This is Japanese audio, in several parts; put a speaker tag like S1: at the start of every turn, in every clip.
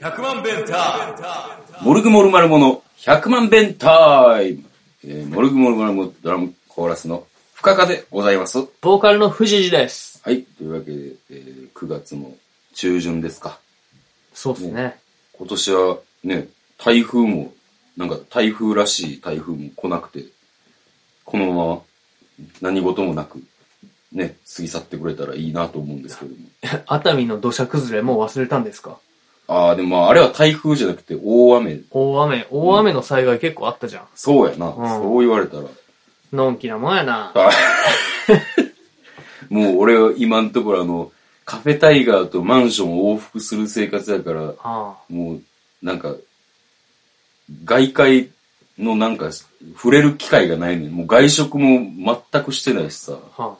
S1: 100万弁タイムモルグモルマルモの100万弁タイム、えーモルグモルマルモドラムコーラスの深川でございます。は
S2: ボーカルの藤次です。
S1: い。というわけで、えー9月も中旬ですか。
S2: そうですね。
S1: 今年はね、台風も、なんか台風らしい台風も来なくて、このまま何事もなく、ね、過ぎ去ってくれたらいいなと思うんですけども。
S2: 熱海の土砂崩れもう忘れたんですか
S1: ああ、でもまあ、あれは台風じゃなくて大雨。
S2: 大雨、大雨の災害結構あったじゃん。
S1: そうやな。
S2: ん
S1: そう言われたら。
S2: のんきなもんやな。
S1: あもう俺は今のところあの、カフェタイガーとマンションを往復する生活だから、
S2: あ
S1: もうなんか、外界のなんか触れる機会がないのに、もう外食も全くしてないしさ、
S2: あ、は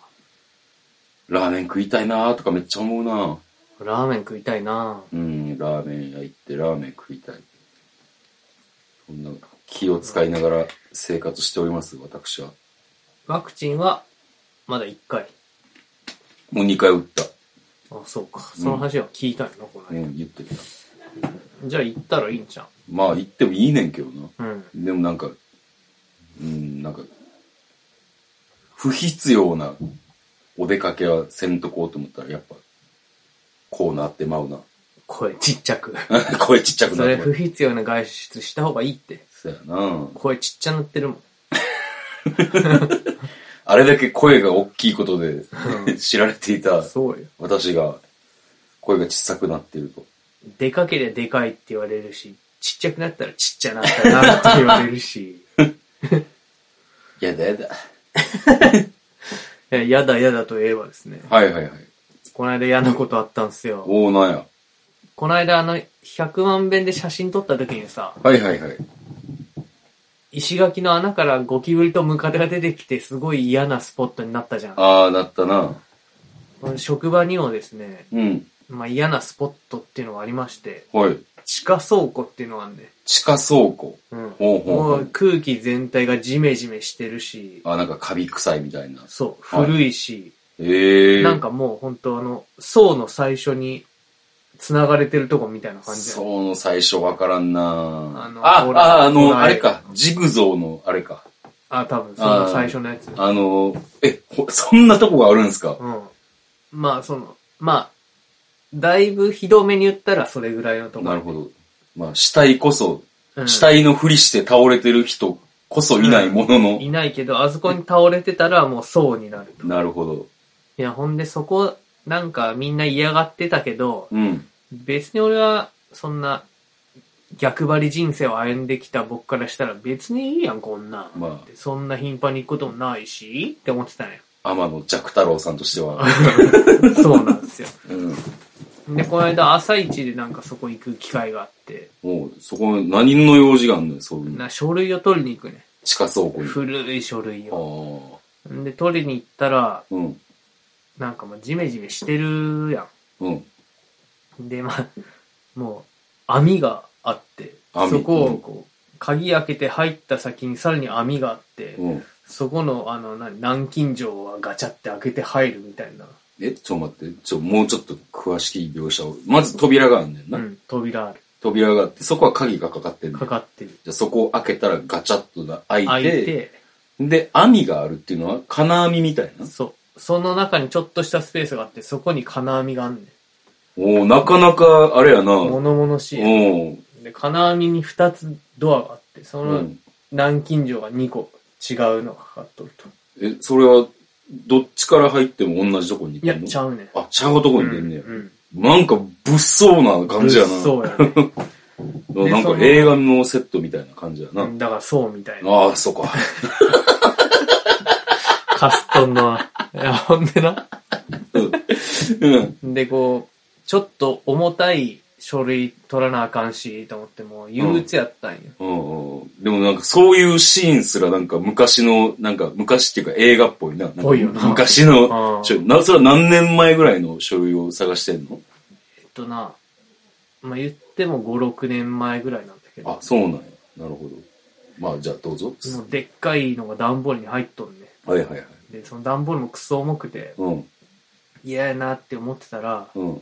S1: ラーメン食いたいなーとかめっちゃ思うな
S2: あ、ラーメン食いたいな。
S1: うん、ラーメン屋行ってラーメン食いたい。そんな気を使いながら生活しております、私は。
S2: ワクチンは、まだ1回。
S1: もう2回打った。
S2: あそうか。その話は聞いたよな、こ
S1: う
S2: れ。
S1: ん、言ってた。
S2: じゃあ行ったらいいんじゃん。
S1: まあ行ってもいいねんけどな。
S2: うん。
S1: でもなんか、うん、なんか、不必要なお出かけはせんとこうと思ったら、やっぱ、こうなってまうな。
S2: 声ちっちゃく。
S1: 声ちっちゃくな
S2: そ
S1: っ
S2: れ
S1: て
S2: 不必要な外出した方がいいって。
S1: そうやな
S2: 声ちっちゃなってるもん。
S1: あれだけ声が大きいことで
S2: う
S1: 知られていた
S2: そうよ。
S1: 私が、声が小さくなっていると。
S2: でかけりゃでかいって言われるし、ちっちゃくなったらちっちゃなったなって言われるし。
S1: やだやだ。
S2: えやだやだと言えばですね。
S1: はいはいはい。
S2: この間嫌なことあったんすよ。
S1: おーなんや。
S2: この間あの、100万遍で写真撮った時にさ、
S1: はいはいはい。
S2: 石垣の穴からゴキブリとムカデが出てきてすごい嫌なスポットになったじゃん。
S1: あー、なったな。
S2: この職場にもですね、
S1: うん。
S2: まあ嫌なスポットっていうのがありまして、
S1: はい。
S2: 地下倉庫っていうのがあるね。
S1: 地下倉庫。
S2: うん。
S1: ほうほうほう
S2: もう空気全体がジメジメしてるし、
S1: あ、なんかカビ臭いみたいな。
S2: そう、
S1: はい
S2: 古いし、
S1: ええー。
S2: なんかもう本当あの、層の最初に繋がれてるとこみたいな感じだよね
S1: そうの最初わからんな
S2: あの
S1: あ
S2: ほ、ら
S1: あ、あ
S2: ほ
S1: の、
S2: ら
S1: あれか。ジグゾーの、あれか。
S2: あ、多分、その最初のやつ。
S1: あの、え、ほそんなとこがあるんですか
S2: うん。まあ、その、まあ、だいぶひどめに言ったらそれぐらいのところ。
S1: なるほど。まあ、死体こそ、
S2: うん
S1: 死体のふりして倒れてる人こそいないものの。
S2: いないけど、あそこに倒れてたらもうそうになる。
S1: なるほど。
S2: いや、ほんでそこ、なんかみんな嫌がってたけど、
S1: うん。
S2: 別に俺は、そんな、逆張り人生を歩んできた僕からしたら別にいいやん、こんなん。
S1: まあ
S2: そんな頻繁に行くこともないし、って思って たんや。
S1: 天野寂太郎さんとしては。
S2: そうなんですよ。
S1: うん。
S2: で、この間朝一でなんかそこ行く機会があって、
S1: もう、そこ、何の用事があんのよ、そういうの。
S2: な書類を取りに行くね。
S1: 地下倉庫に。
S2: 古い書類を。
S1: ああ。
S2: で、取りに行ったら、
S1: うん。
S2: なんかもうジメジメしてるや
S1: うん。
S2: ん。で、まあ、もう、網があって、
S1: 網
S2: そこをこう、鍵開けて入った先にさらに網があって、
S1: うん。
S2: そこの、あの、な南京錠はガチャって開けて入るみたいな、
S1: え、ちょ、待って。ちょ、もうちょっと詳しい描写を。まず扉があんねん
S2: う
S1: な。
S2: ん、扉ある。
S1: 扉があって、そこは鍵がかかってんの。
S2: かかってる。
S1: じゃあそこを開けたらガチャッとな開い
S2: 開い
S1: て、
S2: て、
S1: で、網があるっていうのは金網みたいな。
S2: そう。その中にちょっとしたスペースがあって、そこに金網があんねん。
S1: おおなかなか、あれやな。お
S2: 物々しいや
S1: ー
S2: ん。で、金網に2つドアがあって、そうの
S1: ん。
S2: 南京錠が2個違うのがかかっとると。
S1: え、それは、どっちから入っても同じとこに
S2: い
S1: 行
S2: や
S1: く、の
S2: ちゃうねん。
S1: あ、ちゃうとこに出んねや。
S2: うん。
S1: なんか、物騒な感じやな。
S2: そう
S1: な
S2: やね。
S1: なん
S2: でそ
S1: か
S2: の
S1: 映画のセットみたいな感じやな。
S2: だからそうみたいな。
S1: ああ、そうか。
S2: カストンの。いや、ほんでな。
S1: うん。
S2: で、こう、ちょっと重たい書類取らなあかんし、と思ってもう憂鬱やったんよ。
S1: うんうんでもなんかそういうシーンすらなんか昔の、なんか昔っていうか映画っぽいな。なんか
S2: ぽいよな
S1: 昔
S2: う
S1: の
S2: ん
S1: 書類な、それは何年前ぐらいの書類を探してんの
S2: えっとな、まあ、言っても5、6年前ぐらいなんだけど、
S1: あ
S2: も、
S1: そうなんや。なるほど。まあじゃあどうぞ。
S2: うでっかいのが段ボールに入っとんね。
S1: はいはいはい。
S2: で、その段ボールもクソ重くて、
S1: うん。
S2: 嫌やなって思ってたら、
S1: うん。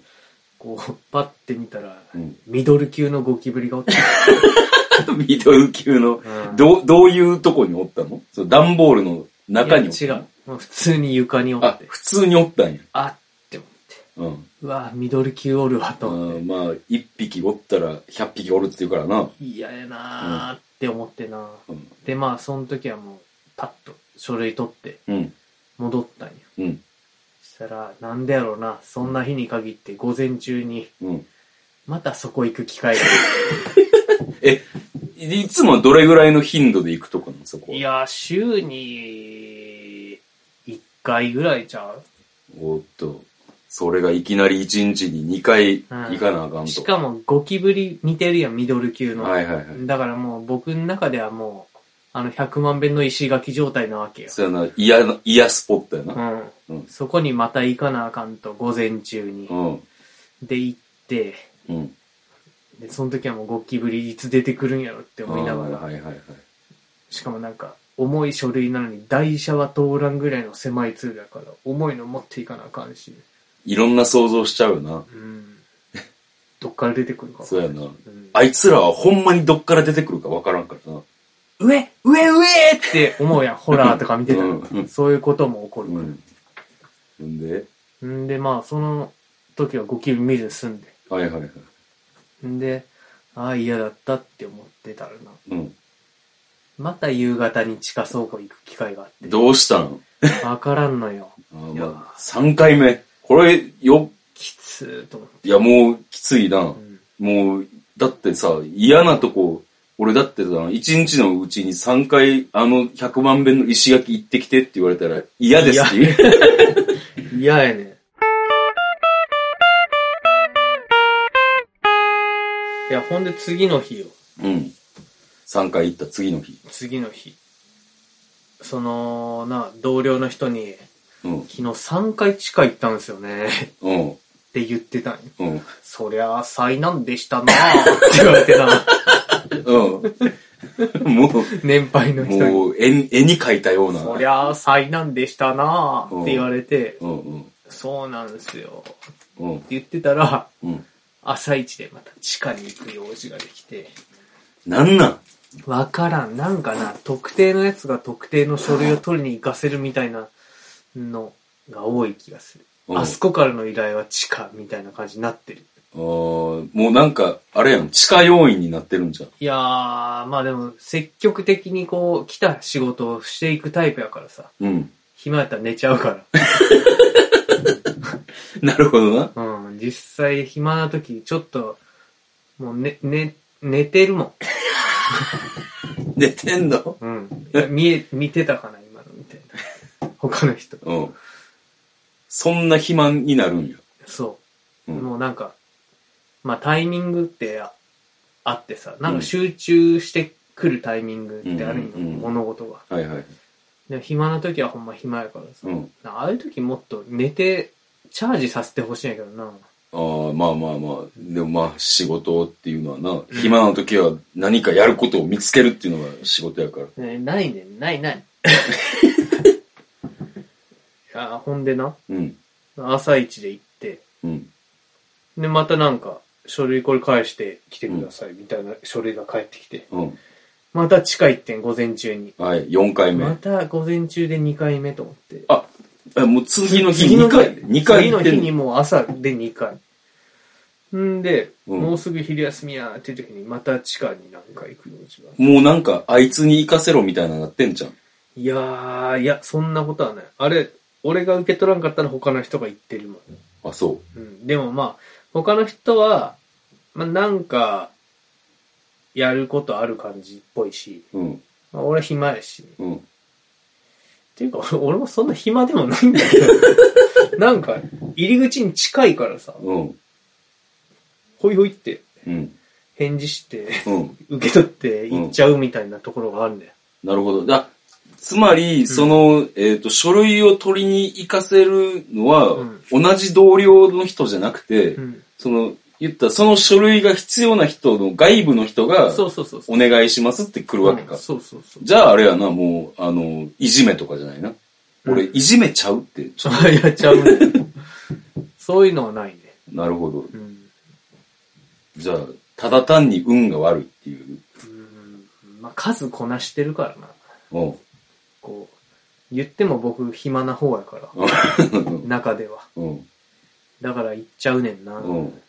S2: こう、パッて見たら、
S1: うん。
S2: ミドル級のゴキブリがおって、
S1: ミドル級の、
S2: うん
S1: どう、どういうとこにおったのそう、段ボールの中におっ
S2: い
S1: た
S2: や違
S1: の
S2: う。。もう普通に床におっ
S1: あ
S2: て、、
S1: 普通におったんや。
S2: あって思って。
S1: うん。
S2: うわミドル級おるわと思って。
S1: うんまあ、一匹おったら、百匹おるって言うからな。
S2: 嫌やなーって思ってな。
S1: うん。
S2: で、まあ、その時はもう、パッと書類取って
S1: うん。
S2: 戻ったんよ。
S1: うん。
S2: したら、なんでやろうな、そんな日に限って午前中に、
S1: うん。
S2: またそこ行く機会 が。
S1: え、いつもどれぐらいの頻度で行くとこなのそこは。
S2: いや、週に、1回ぐらいちゃう
S1: おっと。それがいきなり一日に2回行かなあかんと。
S2: しかも、ゴキブリ似てるやん、ミドル級の。
S1: はいはいはい。
S2: だからもう、僕の中ではもう、あの、100万遍の石垣状態なわけよ。
S1: そうやな、嫌な、嫌スポットや
S2: う
S1: な。
S2: ん。
S1: うん。
S2: そこにまた行かなあかんと、午前中に
S1: う。ん。
S2: で、行って、
S1: うん。
S2: で、その時はもうゴキブリいつ出てくるんやろって思いなが
S1: あー
S2: ら、
S1: はいはいはい。
S2: しかもなんか、重い書類なのに台車は通らんぐらいの狭いツールだから、重いの持っていかなあかんし、
S1: いろんな想像しちゃうよな。
S2: うん。どっから出てくるか
S1: そうや
S2: ん
S1: な。
S2: うん
S1: あいつらはほんまにどっから出てくるかわからんからな。
S2: 上上上って思うやん、ホラーとか見てたら。
S1: うん
S2: そういうことも起こるか
S1: うん。んで
S2: ら。んで、まあ、その時はゴキブリ見ずに済んで。
S1: はいはいはい。
S2: んで、ああ、嫌だったって思ってたらな。
S1: うん。
S2: また夕方に地下倉庫行く機会があ って。
S1: どうしたん
S2: わからんのよ。
S1: あ
S2: いや
S1: ーまあ、3回目。これ、よ、
S2: きつーと思って。
S1: いやもうきついな
S2: う。ん
S1: もう、だってさ、嫌なとこ、俺だってさ、1日のうちに3回、あの100万遍の石垣行ってきてって言われたら嫌ですって言う。
S2: 嫌やねいや、ほんで次の日よ。
S1: うん。3回行った次の日。
S2: 次の日。その、な、同僚の人に、
S1: うん。
S2: 昨日3回地下行ったんですよね。っ
S1: うん。
S2: て言ってたんよ。
S1: うん。
S2: そりゃ、災難でしたなぁ。って言われてな。
S1: うん。 も
S2: 年配
S1: う、
S2: の人に。
S1: もう絵、絵に描いたような。
S2: そりゃ、災難でしたなぁ。って言われて、
S1: うんうん。
S2: そうなんですよ。って
S1: うん。
S2: 言ってたら、
S1: うん。
S2: 朝一でまた地下に行く用事ができて、
S1: なんなん
S2: わからん。なんかな、特定のやつが特定の書類を取りに行かせるみたいなのが多い気がする。
S1: うん
S2: あそこからの依頼は地下みたいな感じになってる。
S1: あーもうなんか、あれやん、地下要員になってるんじゃん。
S2: いやー、まあでも、積極的にこう、来た仕事をしていくタイプやからさ、
S1: うん。
S2: 暇やったら寝ちゃうか
S1: なるほどな。
S2: ら。うん、実際暇な時、ちょっと、もう寝、寝、寝てるもん。
S1: 寝てんの
S2: うん。いや見え、見てたかな、今のみたいな。 他の人。
S1: うん。そんな暇になるんや。
S2: そう。
S1: うん。
S2: もうなんか、まあタイミングってああってさ、なんか集中してくるタイミングってあるんよ、
S1: うんうんうん
S2: 物事が。
S1: はいはい。
S2: で暇な時はほんま暇やからさ、
S1: うん。
S2: なああいう時もっと寝て、チャージさせてほしいんやけどな。
S1: ああ、まあまあまあ。でもまあ、仕事っていうのはな、暇な時は何かやることを見つけるっていうのが仕事やから。
S2: ねないねん、ない ない。いや、ほんでな、
S1: うん。
S2: 朝一で行って、
S1: うん。
S2: で、またなんか、書類これ返して来てください、みたいな書類が返ってきて、
S1: うん。
S2: また地下行ってん、午前中に。
S1: はい、4回目。
S2: また午前中で2回目と思って。
S1: あ、えもう次の日
S2: 次
S1: 2
S2: の日
S1: 回、二回
S2: 次
S1: 行
S2: の
S1: って
S2: 日
S1: ん
S2: にもう朝で2回。んで、
S1: うん
S2: もうすぐ昼休みやーっていう時にまた地下に何回行く用事がある。
S1: もうなんか、あいつに行かせろみたいなのなってんじゃん。
S2: いやー、いや、そんなことはない。あれ、俺が受け取らんかったら他の人が言ってるもん。
S1: あ、そ
S2: うん、でもまあ、他の人は、まあなんか、やることある感じっぽいし、
S1: う。うん。
S2: まあ、俺は暇やし。っ
S1: うん。
S2: ていうか、 俺俺もそんな暇でもないんだけど、 なんか、入り口に近いからさ、
S1: うん。
S2: ほいほいって
S1: うん。
S2: 返事して、
S1: うん。
S2: 受け取って行っちゃうみたいなところがあるんだよ。
S1: なるほど。だつまり、その、えっ、と、書類を取りに行かせるのは、
S2: うん
S1: 同じ同僚の人じゃなくて、
S2: うん。
S1: その、言ったらその書類が必要な人の外部の人が、
S2: そうそうそうそう。
S1: お願いしますって来るわけ
S2: う
S1: か
S2: ん。そうそうそう。
S1: じゃああれやな、もう、あの、いじめとかじゃないな。俺、
S2: う
S1: いじめちゃうって、ちょっ
S2: あ、やっちゃうね。そういうのはないね。
S1: なるほど。
S2: うん。
S1: じゃあ、ただ単に運が悪いっていう。
S2: うんまあ、数こなしてるからな。
S1: うん。
S2: こう、言っても僕暇な方やから、中では。
S1: うん。
S2: だから行っちゃうねんな。
S1: うん。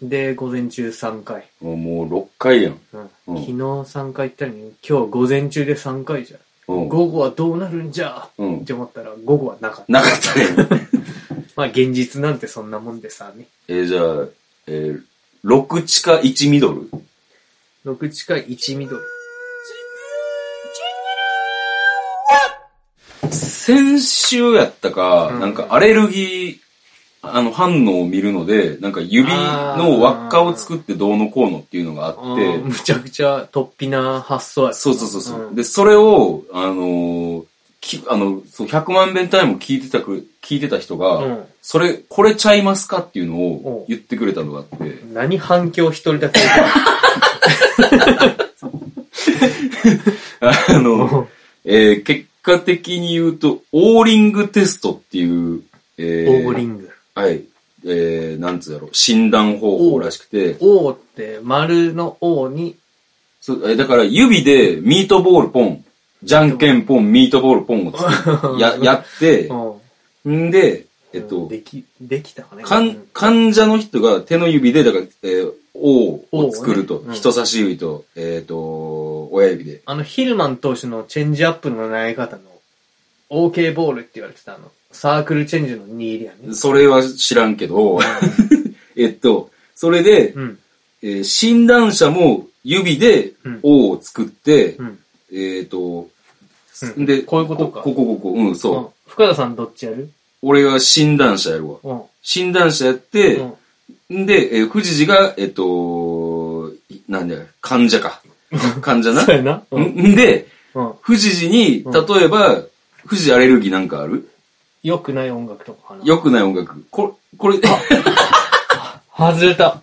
S2: で、午前中3回。
S1: もう6回やん。
S2: うん
S1: うん
S2: 昨日3回行ったのに、今日午前中で3回じゃん。
S1: うん。
S2: 午後はどうなるんじゃ
S1: うん
S2: っ。て思ったら、午後はなかった。
S1: なかったやん。
S2: まあ、現実なんてそんなもんでさ、ね。
S1: えーじゃあ、えー、6地下1ミドル。
S2: 6近い1ミドル。
S1: 先週やったか、
S2: うん
S1: なんかアレルギー、あの、反応を見るので、なんか指の輪っかを作ってどうのこうのっていうのがあ
S2: あ
S1: って
S2: ー、むちゃくちゃ突飛な発想や
S1: そうそうそうそう、
S2: ん
S1: で、それを、あのーき、あの、そう、100万遍単位も聞いてたく、聞いてた人が、
S2: うん
S1: それ、これちゃいますかっていうのを言ってくれたのがあって、
S2: 何反響一人だ け。
S1: あの、えー結果的に言うと、オーリングテストっていう、え
S2: オーリング。
S1: はい、えー、なんつうやろう、診断方法らしくて、
S2: O って丸の O に、
S1: そうえーだから指でミートボールポン、じゃんけんポン、ミートボールポンを作るややって
S2: う、ん
S1: んで、えっと、
S2: でき、できたかね。
S1: か
S2: うんん
S1: 患者の人が手の指で、だから、えー、O を作る
S2: O
S1: と
S2: をねう。ん
S1: 人差し指と、えっ、と、親指で。
S2: あの、ヒルマン投手のチェンジアップの投げ方の、OK ボールって言われてたあの、サークルチェンジの握りやね。
S1: それは知らんけど、 えっと、それで、
S2: うん。
S1: えー診断者も指で
S2: うん
S1: O を作って、
S2: うん。
S1: えっと、
S2: うん
S1: で、
S2: こういうことか
S1: ここ、ここ、うん、そう。
S2: うん深田さんどっちやる
S1: 俺は診断者やるわ。
S2: うん。
S1: 診断者やって、
S2: うん
S1: んで、えー、富士寺が、えっと、いなんだよ、患者 か。患者な
S2: そ。うやな。うん。
S1: んんで、
S2: うん。
S1: 富士寺に、
S2: うん
S1: 例えば、富士アレルギーなんかある
S2: 良くない音楽とかかな。
S1: 良くない音楽。これ、これ、
S2: 外れた。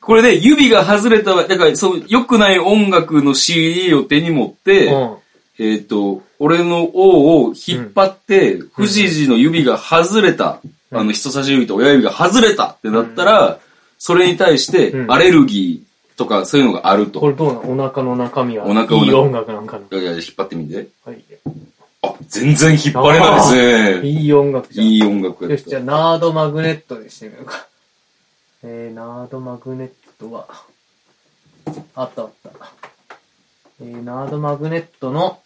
S1: これで指が外れたわ、だから、そう、良くない音楽の CD を手に持っ
S2: う
S1: て、
S2: ん。
S1: えっ、と、俺の O を引っ張って、富士寺の指が外れた、
S2: うん
S1: あの人差し指と親指が外れたってなったら、それに対して
S2: う、ん
S1: アレルギーとかそういうのがあると。
S2: これどうなのお腹の中身は。
S1: お腹を
S2: いい音楽なんかない
S1: やいや、引っ張ってみて。
S2: はい。
S1: あ、全然引っ張れないですね。
S2: いい音楽じゃん。
S1: いい音楽や
S2: よ
S1: っ
S2: し、じゃ
S1: た
S2: あ、。ナードマグネットにしてみようか。えー、ナードマグネットは、あったあった。えー、ナードマグネットの、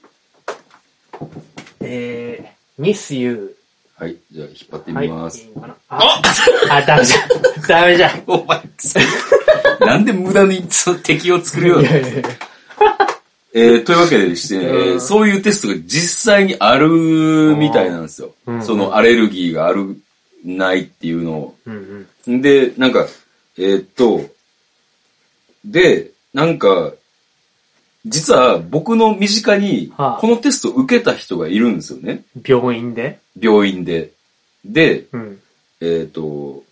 S2: えー、ミスユ
S1: はい、じゃあ引っ張って
S2: ー。はい。
S1: み
S2: いい
S1: ます。
S2: のかなあ、あ、ダメじゃん。 ダメじゃん。い
S1: お前、なんで無駄にそ敵を作るような。
S2: やいやいや。
S1: えーというわけでして、えー
S2: うん
S1: そういうテストが実際にあるみたいなんですよ。
S2: うん
S1: そのアレルギーがある、ないっていうのを。
S2: うんうん。
S1: で、なんか、えーっと、で、なんか、実は僕の身近に
S2: はあ
S1: このテストを受けた人がいるんですよね。
S2: 病院で
S1: 病院で。で、
S2: うん。
S1: えーっと、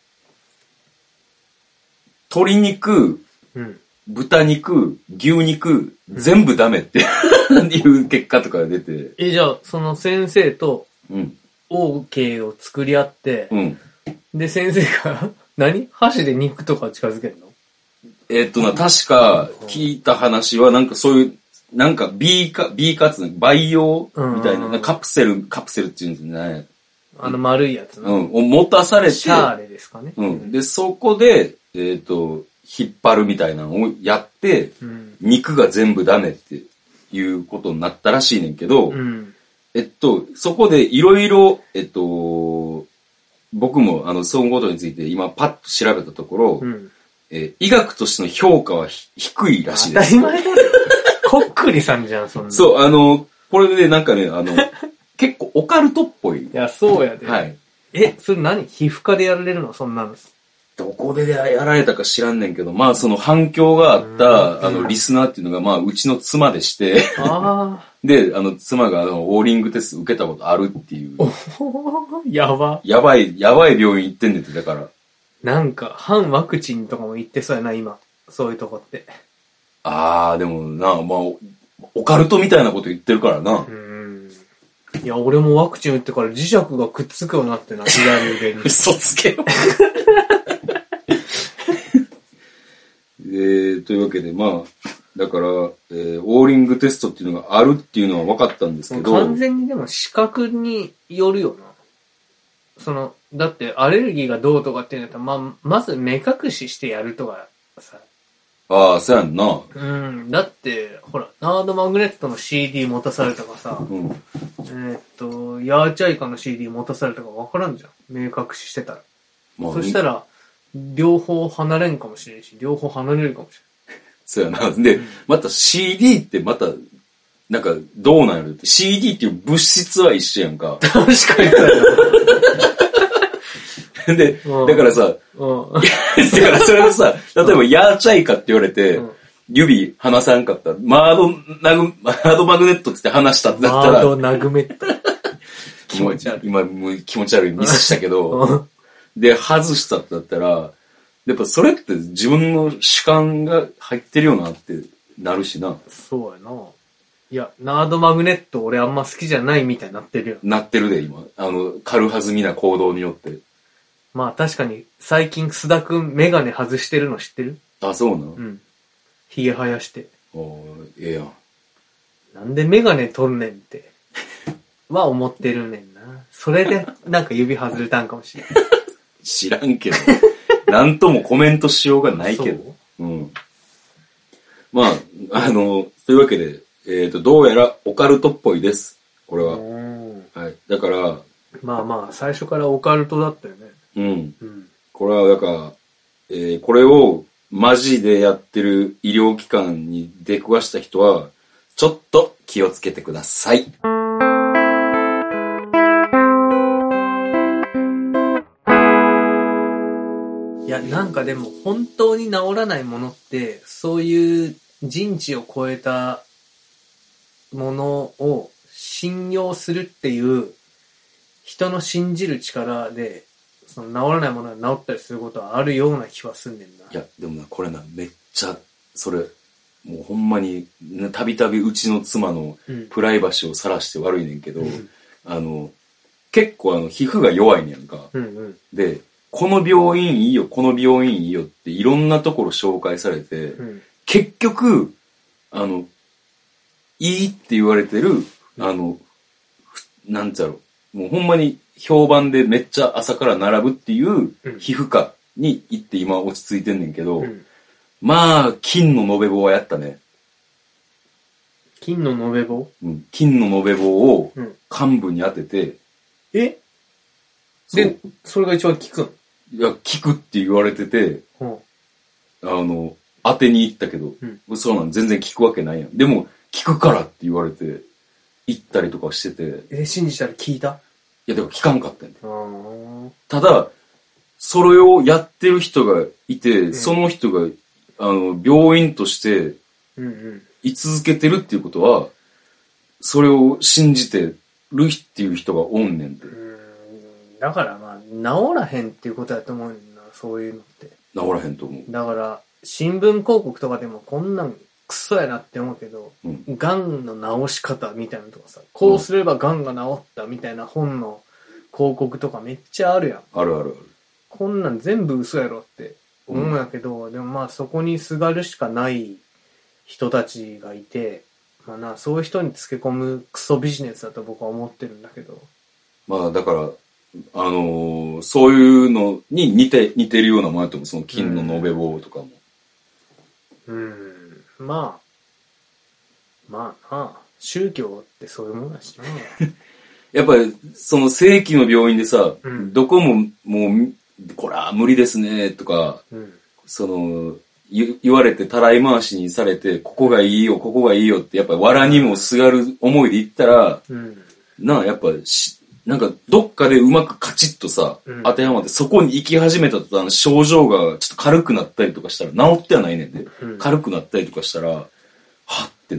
S1: 鶏肉、
S2: うん。
S1: 豚肉、牛肉、全部ダメって いう結果とかが出て、
S2: え、じゃあ、その先生と、
S1: うん、
S2: OK を作り合って、
S1: うん。
S2: で、先生が何、箸で肉とか近づけるの
S1: えっとな、確か聞いた話は、なんかそういう、なんか B か、B かつ、培養みたい
S2: うん
S1: な、カプセル、カプセルっていうんですね。
S2: あの丸いやつな。
S1: うん、を持たされて
S2: シ、ャーレですかね。
S1: うん。で、そこで、えっと、引っ張るみたいなのをやって、
S2: うん。
S1: 肉が全部ダメっていうことになったらしいねんけど、
S2: うん。
S1: えっと、そこでいろいろ、えっと、僕もあの、そのことについて今パッと調べたところ、
S2: うん。
S1: えー医学としての評価はひ低いらしいで
S2: 当た
S1: す。
S2: り前だよ。こっくりさんじゃん、そんな。う。
S1: そう、あの、これでなんかね、 あの、結構オカルトっぽい
S2: い。や、そうやで。
S1: はい。
S2: え、それ何皮膚科でやられるのそんなの。
S1: どこでやられたか知らんねんけど、まあその反響があった、
S2: うん
S1: あの、リスナーっていうのが、まあうちの妻でして、
S2: あ
S1: で、あの、妻があの、オーリングテスト受けたことあるっていう、
S2: ー。 やば。
S1: やばい、やばい病院行ってんねんって、だから。
S2: なんか、反ワクチンとかも言ってそうやな、今。そういうとこって。
S1: あー、でもな、まあ、オカルトみたいなこと言ってるからな。
S2: う。ーん。いや、俺もワクチン打ってから磁石がくっつくようになってな、左腕に
S1: 嘘つけよ。 えー、というわけで、まあ、だから、えー、オーリングテストっていうのがあるっていうのは分かったんですけど、
S2: 完全にでも視覚によるよな。その、だってアレルギーがどうとかっていうんだったら、まあ、まず目隠ししてやるとかさ。
S1: ああ、そうやんな。
S2: うん、だって、ほら、ナードマグネットの CD 持たされたかさ、
S1: うん。
S2: えーっと、ヤーチャイカの CD 持たされたかわからんじゃん。目隠ししてたら。
S1: まあ、
S2: そしたら、両方離れんかもしれんし、両方離れるかもし
S1: そうやな。で、また CD ってまた、なんか、どうなんやろ ?CD っていう物質は一緒やんか。
S2: れん。確かにそうだな
S1: で、
S2: うん
S1: だからさ、
S2: うん。
S1: だからそれをさ、例えば、ヤーチャイカって言われて、
S2: うん
S1: 指離さんかったら、マードナグ、マードマグネットって言って離したってなった
S2: ナ
S1: ら、
S2: ードナグメット。気持ち悪い
S1: 今、今もう気持ち悪いミスしたけど、
S2: うん
S1: で、外したってなったら、やっぱそれって自分の主観が入ってるよなってなるしな、
S2: そうやな。いや、ナードマグネット俺あんま好きじゃないみたいになってるよ。
S1: なってるで今。あの、軽はずみな行動によって。
S2: まあ確かに最近須田くんメガネ外してるの知ってる
S1: あ、そうな。
S2: うん。ヒゲ生やして。
S1: おーええやん。
S2: なんでメガネ取んねんって。は思ってるねんな。それでなんか指外れたんかもしれない。
S1: 知らんけ ど。なんともコメントしようがないけど。うん。まあ、あの、というわけで、えっ、と、どうやらオカルトっぽいです。これ
S2: う
S1: は。
S2: ん
S1: はい。だから、
S2: まあまあ最初からオカルトだったよね。
S1: うん。
S2: うん。
S1: これは、だから、えーこれをマジでやってる医療機関に出くわした人は、ちょっと気をつけてください。
S2: いや、なんかでも本当に治らないものって、そういう人知を超えたものを信用するっていう、人の信じる力で、その治らないものが治ったりすることはあるような気はすんねんな。
S1: いや、でもな、これな、めっちゃ、それ、もうほんまに、ねたびたびうちの妻の
S2: うん
S1: プライバシーを晒して悪いねんけど、
S2: うん
S1: あの、結構あの、皮膚が弱いねやんか。
S2: うんうん。
S1: で、この病院いいよ、この病院いいよっていろんなところ紹介されて、
S2: うん。
S1: 結局、あの、いいって言われてる、あの、ふなんちゃろう、もうほんまに評判でめっちゃ朝から並ぶっていう
S2: うん
S1: 皮膚科に行って今落ち着いてんねんけど、
S2: うん。
S1: まあ、金の延べ棒はやったね。
S2: 金の延べ棒
S1: うん、金の延べ棒を
S2: うん。
S1: 幹部に当てて、
S2: え
S1: そう
S2: で、それが一番効くん
S1: いや、効くって言われてて、
S2: うん。
S1: あの、当てに行ったけど、そうなん、全然効くわけないやん。でも、効くからって言われて、行ったりとかしてて、い
S2: え、信じたら効いた
S1: や、でも効かんかったん
S2: あー
S1: ただ、それをやってる人がいて、
S2: ん
S1: その人が、あの、病院として
S2: うんうん。
S1: 居続けてるっていうことは、それを信じてるっていう人がおんねんて
S2: う。ーんだからまあ、治らへんっていうことだと思うよな、そういうのって。
S1: 治らへんと思う。
S2: だから、新聞広告とかでもこんなんクソやなって思うけど、
S1: うん
S2: ガンの治し方みたいなのとかさ、こうすればガンが治ったみたいな本の広告とかめっちゃあるやん。
S1: あるある
S2: こんなん全部嘘やろって思うんやけど、でもまあそこにすがるしかない人たちがいて、まあな、そういう人につけ込むクソビジネスだと僕は思ってるんだけど。
S1: ある。まあ、だから、あのーそういうのに似て、似てるようなものやと思う。その金の延べ棒とかも。
S2: うんまあ、まあなあ、宗教ってそういうもんだしな。
S1: やっぱり、その正規の病院でさ、
S2: うん
S1: どこも、もう、こら、無理ですね、とか、
S2: うん。
S1: その、ゆ言われて、たらい回しにされて、ここがいいよ、ここがいいよって、やっぱ、藁にもすがる思いで言ったら、
S2: うん。
S1: なあ、やっぱし、なんか、どっかでうまくカチッとさ
S2: うん、
S1: 当てはまって、そこに行き始めた途端、症状がちょっと軽くなったりとかしたら、治ってはないねんで、
S2: うん
S1: 軽くなったりとかしたら、はっって、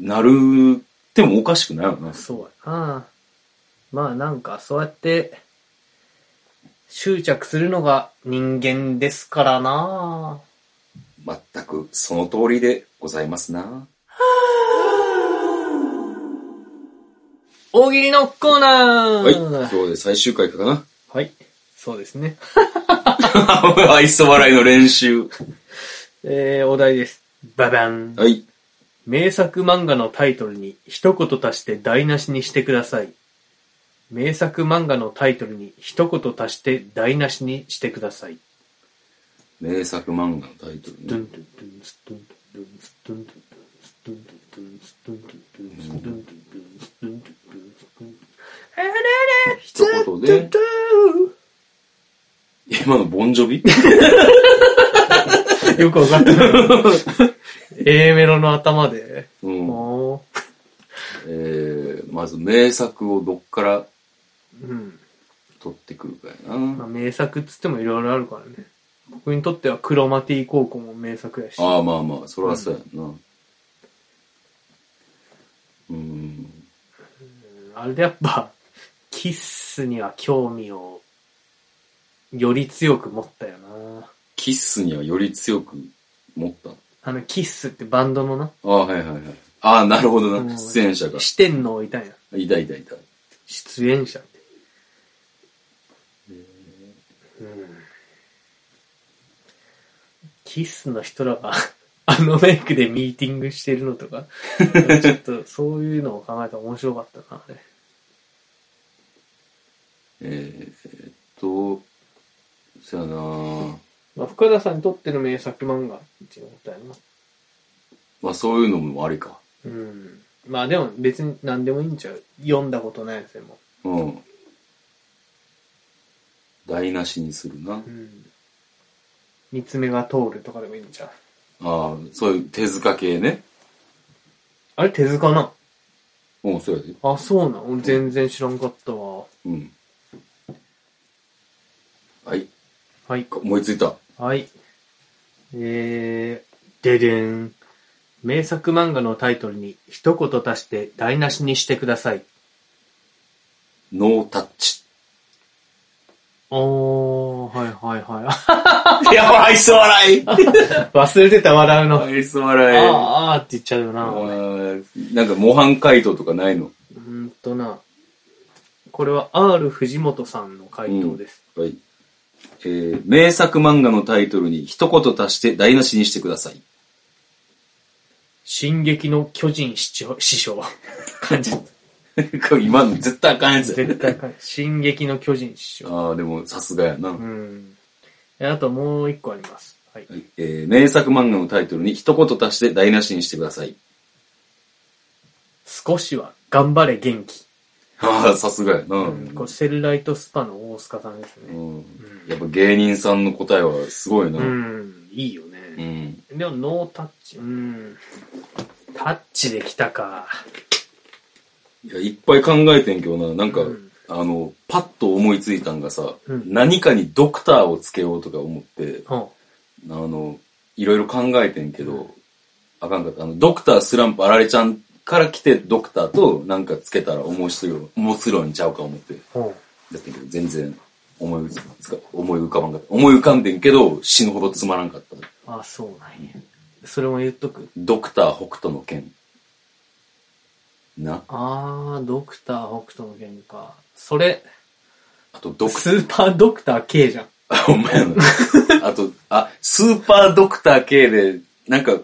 S1: なるってもおかしくないよな。
S2: そうやな。まあなんか、そうやって、執着するのが人間ですからな。
S1: 全く、その通りでございますな。
S2: 大喜利のコーナ
S1: はい。
S2: ー
S1: 今日で最終回かな。
S2: はい。そうですね。
S1: 愛想笑いの練習。
S2: えー、お題です。ババン。
S1: はい。
S2: 名作漫画のタイトルに一言足して台無しにしてください。名作漫画のタイトルに一言足して台無しにしてください。
S1: 名作漫画のタイト
S2: ドゥ
S1: ルね。
S2: ンドゥンドゥンスドゥンドゥンスドゥンドゥンドゥンスドゥンドゥンスドゥンドゥンスドゥンドゥンスドゥンドゥンスドゥンドゥンスドゥンドゥンあれれ
S1: 一言で
S2: ドゥドゥ
S1: 今のボンジ ョビ
S2: よくわかった。A メロの頭で。
S1: うん。
S2: も
S1: えー、まず名作をどっから
S2: う、うん。
S1: 取ってくるかや
S2: ま
S1: な
S2: あ、。名作っつってもいろいろあるからね。僕にとってはクロマティ高校も名作やし。
S1: ああ、まあまあ、それはそうやんな。うん。
S2: あれでやっぱ、キッスには興味を、より強く持ったよな。
S1: キッスにはより強く持った。
S2: あの、キッスってバンドのな、
S1: ああ、はいはいはい。ああ、なるほど
S2: うん
S1: な。出演者が。
S2: 四天王いたんや。
S1: いたいたいた。
S2: 出演者って。うん。キッスの人らが、 あのメイクでミーティングしてるのとか、ちょっとそういうのを考えたら面白かったな、あれ。
S1: えー、っと、そやな
S2: まあ、深田さんにとっての名作漫画っていうことやな。
S1: まあそういうのもありか。
S2: うん。まあでも別に何でもいいんちゃう。読んだことないやつでも。
S1: うん。台無しにするな
S2: う。ん。三つ目が通るとかでもいいんちゃう。
S1: ああ、そういう手塚系ね。
S2: あれ手塚な。
S1: うん、そうやで。
S2: あ、そうなん。俺全然知らんかったわ。
S1: うん。はい。
S2: はい。
S1: 思いついた。
S2: はい。えー、ででん。名作漫画のタイトルに一言足して台無しにしてください。
S1: ノータッチ。
S2: おー、はいはいは い
S1: やばい、そう笑い。
S2: あ。 忘れてた笑うの。
S1: 愛想笑い。あ
S2: あーあーって言っちゃうよな。
S1: ーなんか模範解答とかないの
S2: うーんとな。これは R 藤本さんの回答です。
S1: はい。えー、名作漫画のタイトルに一言足して台無しにしてください。
S2: 進撃の巨人師匠。師 匠感じ。
S1: 今の絶対あかんやつや
S2: 絶対感じ。進撃の巨人師匠。
S1: ああ、でもさすがやな。
S2: うん。えあともう一個あります。はい。
S1: はいえー名作漫画のタイトルに一言足して台無しにしてください。
S2: 少しは頑張れ元気。
S1: ああ、さすがやな。う
S2: うん、これセルライトスパの大須賀さんですね。
S1: んやっぱ芸人さんの答えはすごいな。
S2: う
S1: うん。
S2: ん、いいよね。でもノータッチ、うん。タッチできたか。
S1: いや、いっぱい考えてんけどな。なんか、
S2: うん
S1: あの、パッと思いついたんがさ、
S2: うん
S1: 何かにドクターをつけようとか思って、
S2: うん。
S1: あの、いろいろ考えてんけど、あかんかった。あの、ドクタースランプあられちゃんから来てドクターとなんかつけたら面白い、面白いんちゃうか思って。
S2: うん。
S1: だったけど、全然思い浮かつか思い浮かばんかった。思い浮かんでんけど、死ぬほどつまらんかった。
S2: あ、そうなんや。それも言っとく。
S1: ドクター北斗の剣。な。
S2: あー、ドクター北斗の剣か。それ、
S1: あと、ドク
S2: スーパードクター K じゃん。
S1: あ、 ほんまやな。あと、あ、スーパードクター系で、なんか、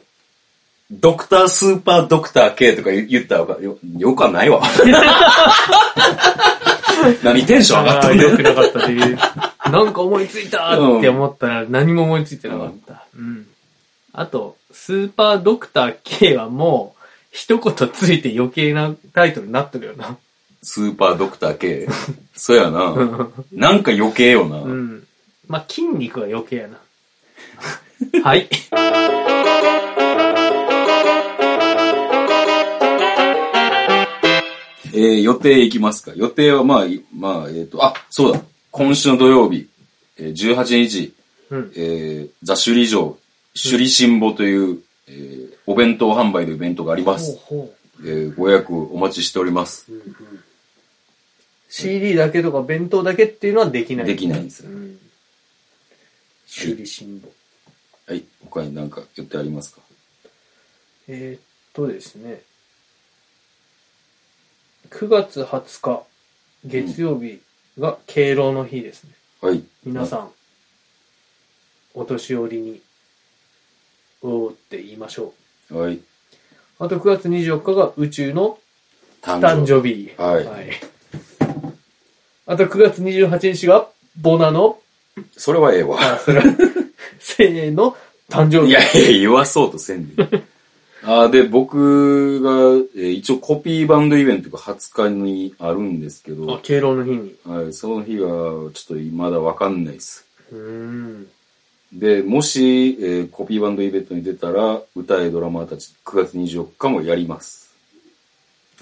S1: ドクタースーパードクター系とか言言ったらわかよ、よくはないわ。 何テンション上がっ
S2: あ
S1: た
S2: ー
S1: んだ
S2: 良
S1: よ。
S2: くなかったで なんか思いついたーって思ったら何も思いついてなかった。うん。あと、スーパードクター K はもう、一言ついて余計なタイトルになってるよ な。
S1: スーパードクター系。そやな。なんか余計よな。
S2: うん。まあ、筋肉は余計 やな。はい。
S1: えー、予定いきますか。予定はまあ、いまあ、えっ、と、あ、そうだ。今週の土曜日、えー18日、
S2: うん。
S1: えー、ザ・首里城、首里新坊という、えーお弁当販売のイベントがあります。
S2: ほ
S1: えーご予約お待ちしております。
S2: う。CD だけとか弁当だけっていうのはできない。
S1: できないんです
S2: う
S1: よ。
S2: ん。修理辛抱。
S1: はい。他に何か予定ありますか
S2: えーっとですね。 9月20日、月曜日が敬老の日ですね。
S1: はい。
S2: 皆さん、お年寄りに、おーって言いましょ
S1: はい。
S2: う。あと9月24日が宇宙の誕生日。
S1: はい
S2: あと9月28日が、ボナの、
S1: それはええわ。
S2: あそれはせーの、誕生
S1: い
S2: 日。
S1: やいや、言わそうとせん で。あーで、僕が、えー一応コピーバンドイベントが20日にあるんですけ
S2: あ
S1: ど、、
S2: 敬老の日に。
S1: はい、その日がちょっとまだわかんないです。
S2: うーん。
S1: で、もし、えーコピーバンドイベントに出たら、歌えドラマーたち9月24日もやります。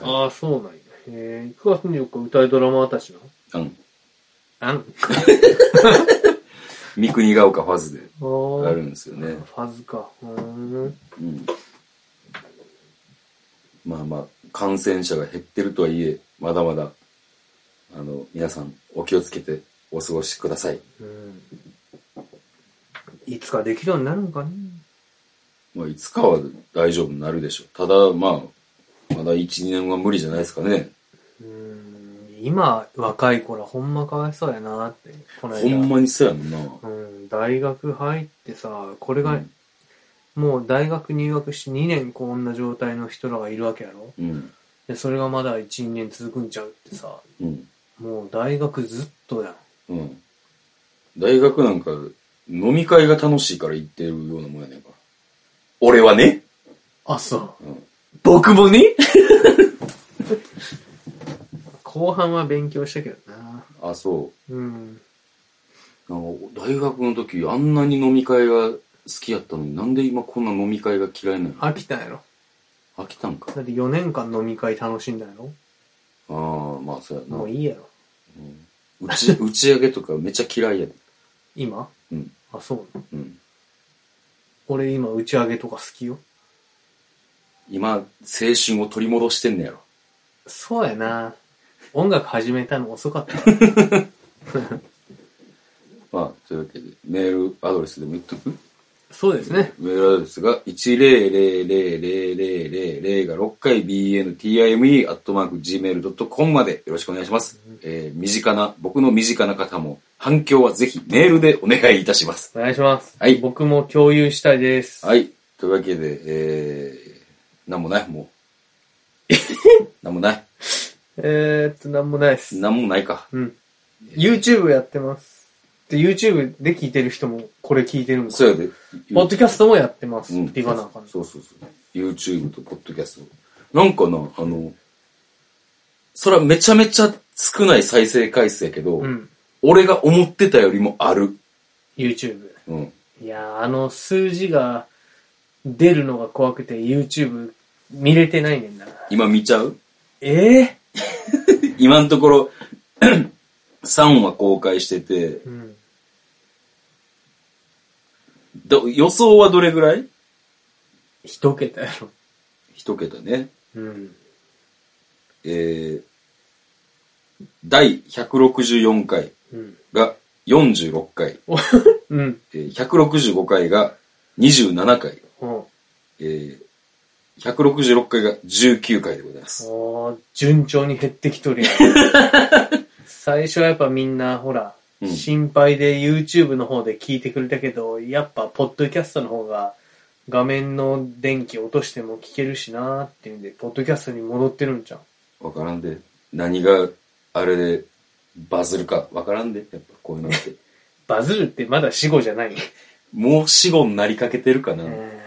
S2: ああ、そうなんや。へえ、9月24日歌いドラマーたちの
S1: うん。
S2: あん。
S1: 三国が丘ファズで
S2: あ
S1: や
S2: ー
S1: るんですよね。
S2: ファズか。うーん。
S1: うん。まあまあ、感染者が減ってるとはいえ、まだまだ、あの、皆さんお気をつけてお過ごしください。
S2: うんいつかできるようになるんかね。
S1: まあ、いつかは大丈夫になるでしょう。ただ、まあ、まだ1、2年は無理じゃないですかね。
S2: うん。今、若い頃はほんまかわいそうやなって。この
S1: ほ
S2: 間。
S1: んまにそうやんな。
S2: うん。大学入ってさ、これが、
S1: うん
S2: もう大学入学して2年こんな状態の人らがいるわけやろ
S1: うん。
S2: で、それがまだ1、2年続くんちゃうってさ、
S1: うん。
S2: もう大学ずっとやん。
S1: うん。大学なんか、飲み会が楽しいから行ってるようなもんやねんから。俺はね。
S2: あ、そう。
S1: うん。
S2: 僕もね後半は勉強したけどな。
S1: あ、そう。
S2: うん。
S1: なんか大学の時あんなに飲み会が好きやったのになんで今こんな飲み会が嫌いなの
S2: 飽きたんやろ。
S1: 飽きたんか
S2: だって4年間飲み会楽しんだやろ
S1: ああまあそうやな
S2: もういいやろ。
S1: 打ち 打ち上げとかめっちゃ嫌いやで
S2: 今
S1: うん
S2: あ、そう。
S1: うん
S2: 俺今打ち上げとか好きよ。
S1: 今青春を取り戻してんねやろ
S2: そうやな。音楽始めたの遅かった。
S1: まあというわけでメールアドレスでも言っとく
S2: そうですね。
S1: メールアドレスが1000000が6回 bntime.gmail.com までよろしくお願いします。えー身近な、僕の身近な方も反響はぜひメールでお願いいたします。
S2: お願いします。
S1: はい
S2: 僕も共有したいです。
S1: はい。というわけで、えー、なんもない、もう。 なんもない。
S2: えーっと、なんもないです。
S1: なんもないか。
S2: うん。YouTube やってます。で、YouTube で聞いてる人もこれ聞いてるんです
S1: そうやで。
S2: ポッドキャストもやってます。
S1: うん
S2: って言わなあかん。
S1: そうそうそう。YouTube とポッドキャスト。なんかな、あの、それはめちゃめちゃ少ない再生回数やけど、
S2: うん。
S1: 俺が思ってたよりもある。
S2: YouTube。
S1: うん。
S2: いやー、あの数字が出るのが怖くて YouTube 見れてないねんな。
S1: 今見ちゃう
S2: ええ
S1: 今のところ、3話公開してて、
S2: うん。
S1: ど予想はどれぐらい
S2: 一桁やろ。
S1: 一桁ね。
S2: うん。
S1: えー、第164回
S2: うん。
S1: が46回、
S2: うん。
S1: えー、165回が27回、
S2: お
S1: えー、166回が19回でございます。
S2: おー順調に減ってきとるや ん。最初はやっぱみんな、ほら、
S1: うん
S2: 心配で YouTube の方で聞いてくれたけど、やっぱ、ポッドキャストの方が、画面の電気落としても聞けるしなーっていうんで、ポッドキャストに戻ってるんじゃん。
S1: わからんで。何があれでバズるかわからんで。やっぱこういうの って。
S2: バズるってまだ死後じゃない。
S1: もう死後になりかけてるかな。い
S2: え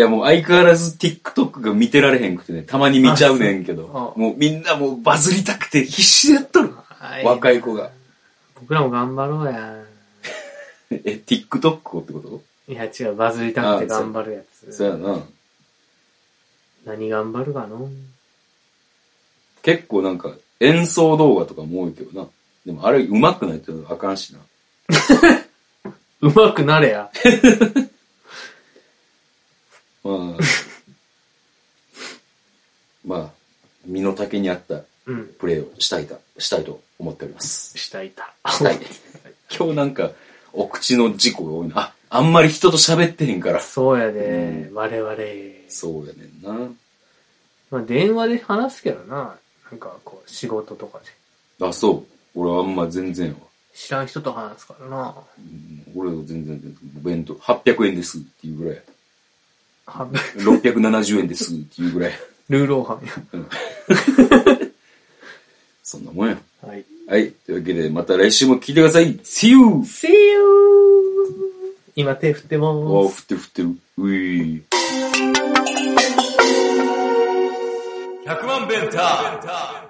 S1: やもう相変わらず TikTok が見てられへんくてね、たまに見ちゃうねんけど
S2: あそうあ。
S1: もうみんなもうバズりたくて必死でやっとる。
S2: ー
S1: 若い子が。
S2: 僕らも頑張ろうや
S1: え、TikTok をってこと
S2: いや、違う、バズりたくて頑張るや
S1: そ
S2: つ。
S1: うやな。
S2: 何頑張るかの
S1: 結構なんか演奏動画とかも多いけどな。でもあれ上手くないとあかんしな。
S2: うまくなれや。
S1: まあ、 まあ、身の丈に合った
S2: うん。
S1: プレーをしたいと、したいと思っております。
S2: したいた。
S1: はい。今日なんかお口の事故が多いな。あ、あんまり人と喋ってへんから。
S2: そうやで、我々。
S1: そうやねんな。
S2: まあ、電話で話すけどな。なんかこう、仕事とかで。
S1: あ、そう。俺はあんま全然やわ。
S2: 知らん人と話すからな。
S1: うん俺は全然全然。弁当、800円ですっていうぐらい。
S2: は
S1: 670円ですっていうぐらい。
S2: ルーローハン
S1: そんなもんや。
S2: や。はい。
S1: はい。というわけで、また来週も聞いてください。See you!
S2: See you! 今手振ってま
S1: わあ、
S2: ー
S1: 振
S2: す。
S1: ってる振ってる。うい。
S3: 100万ベンター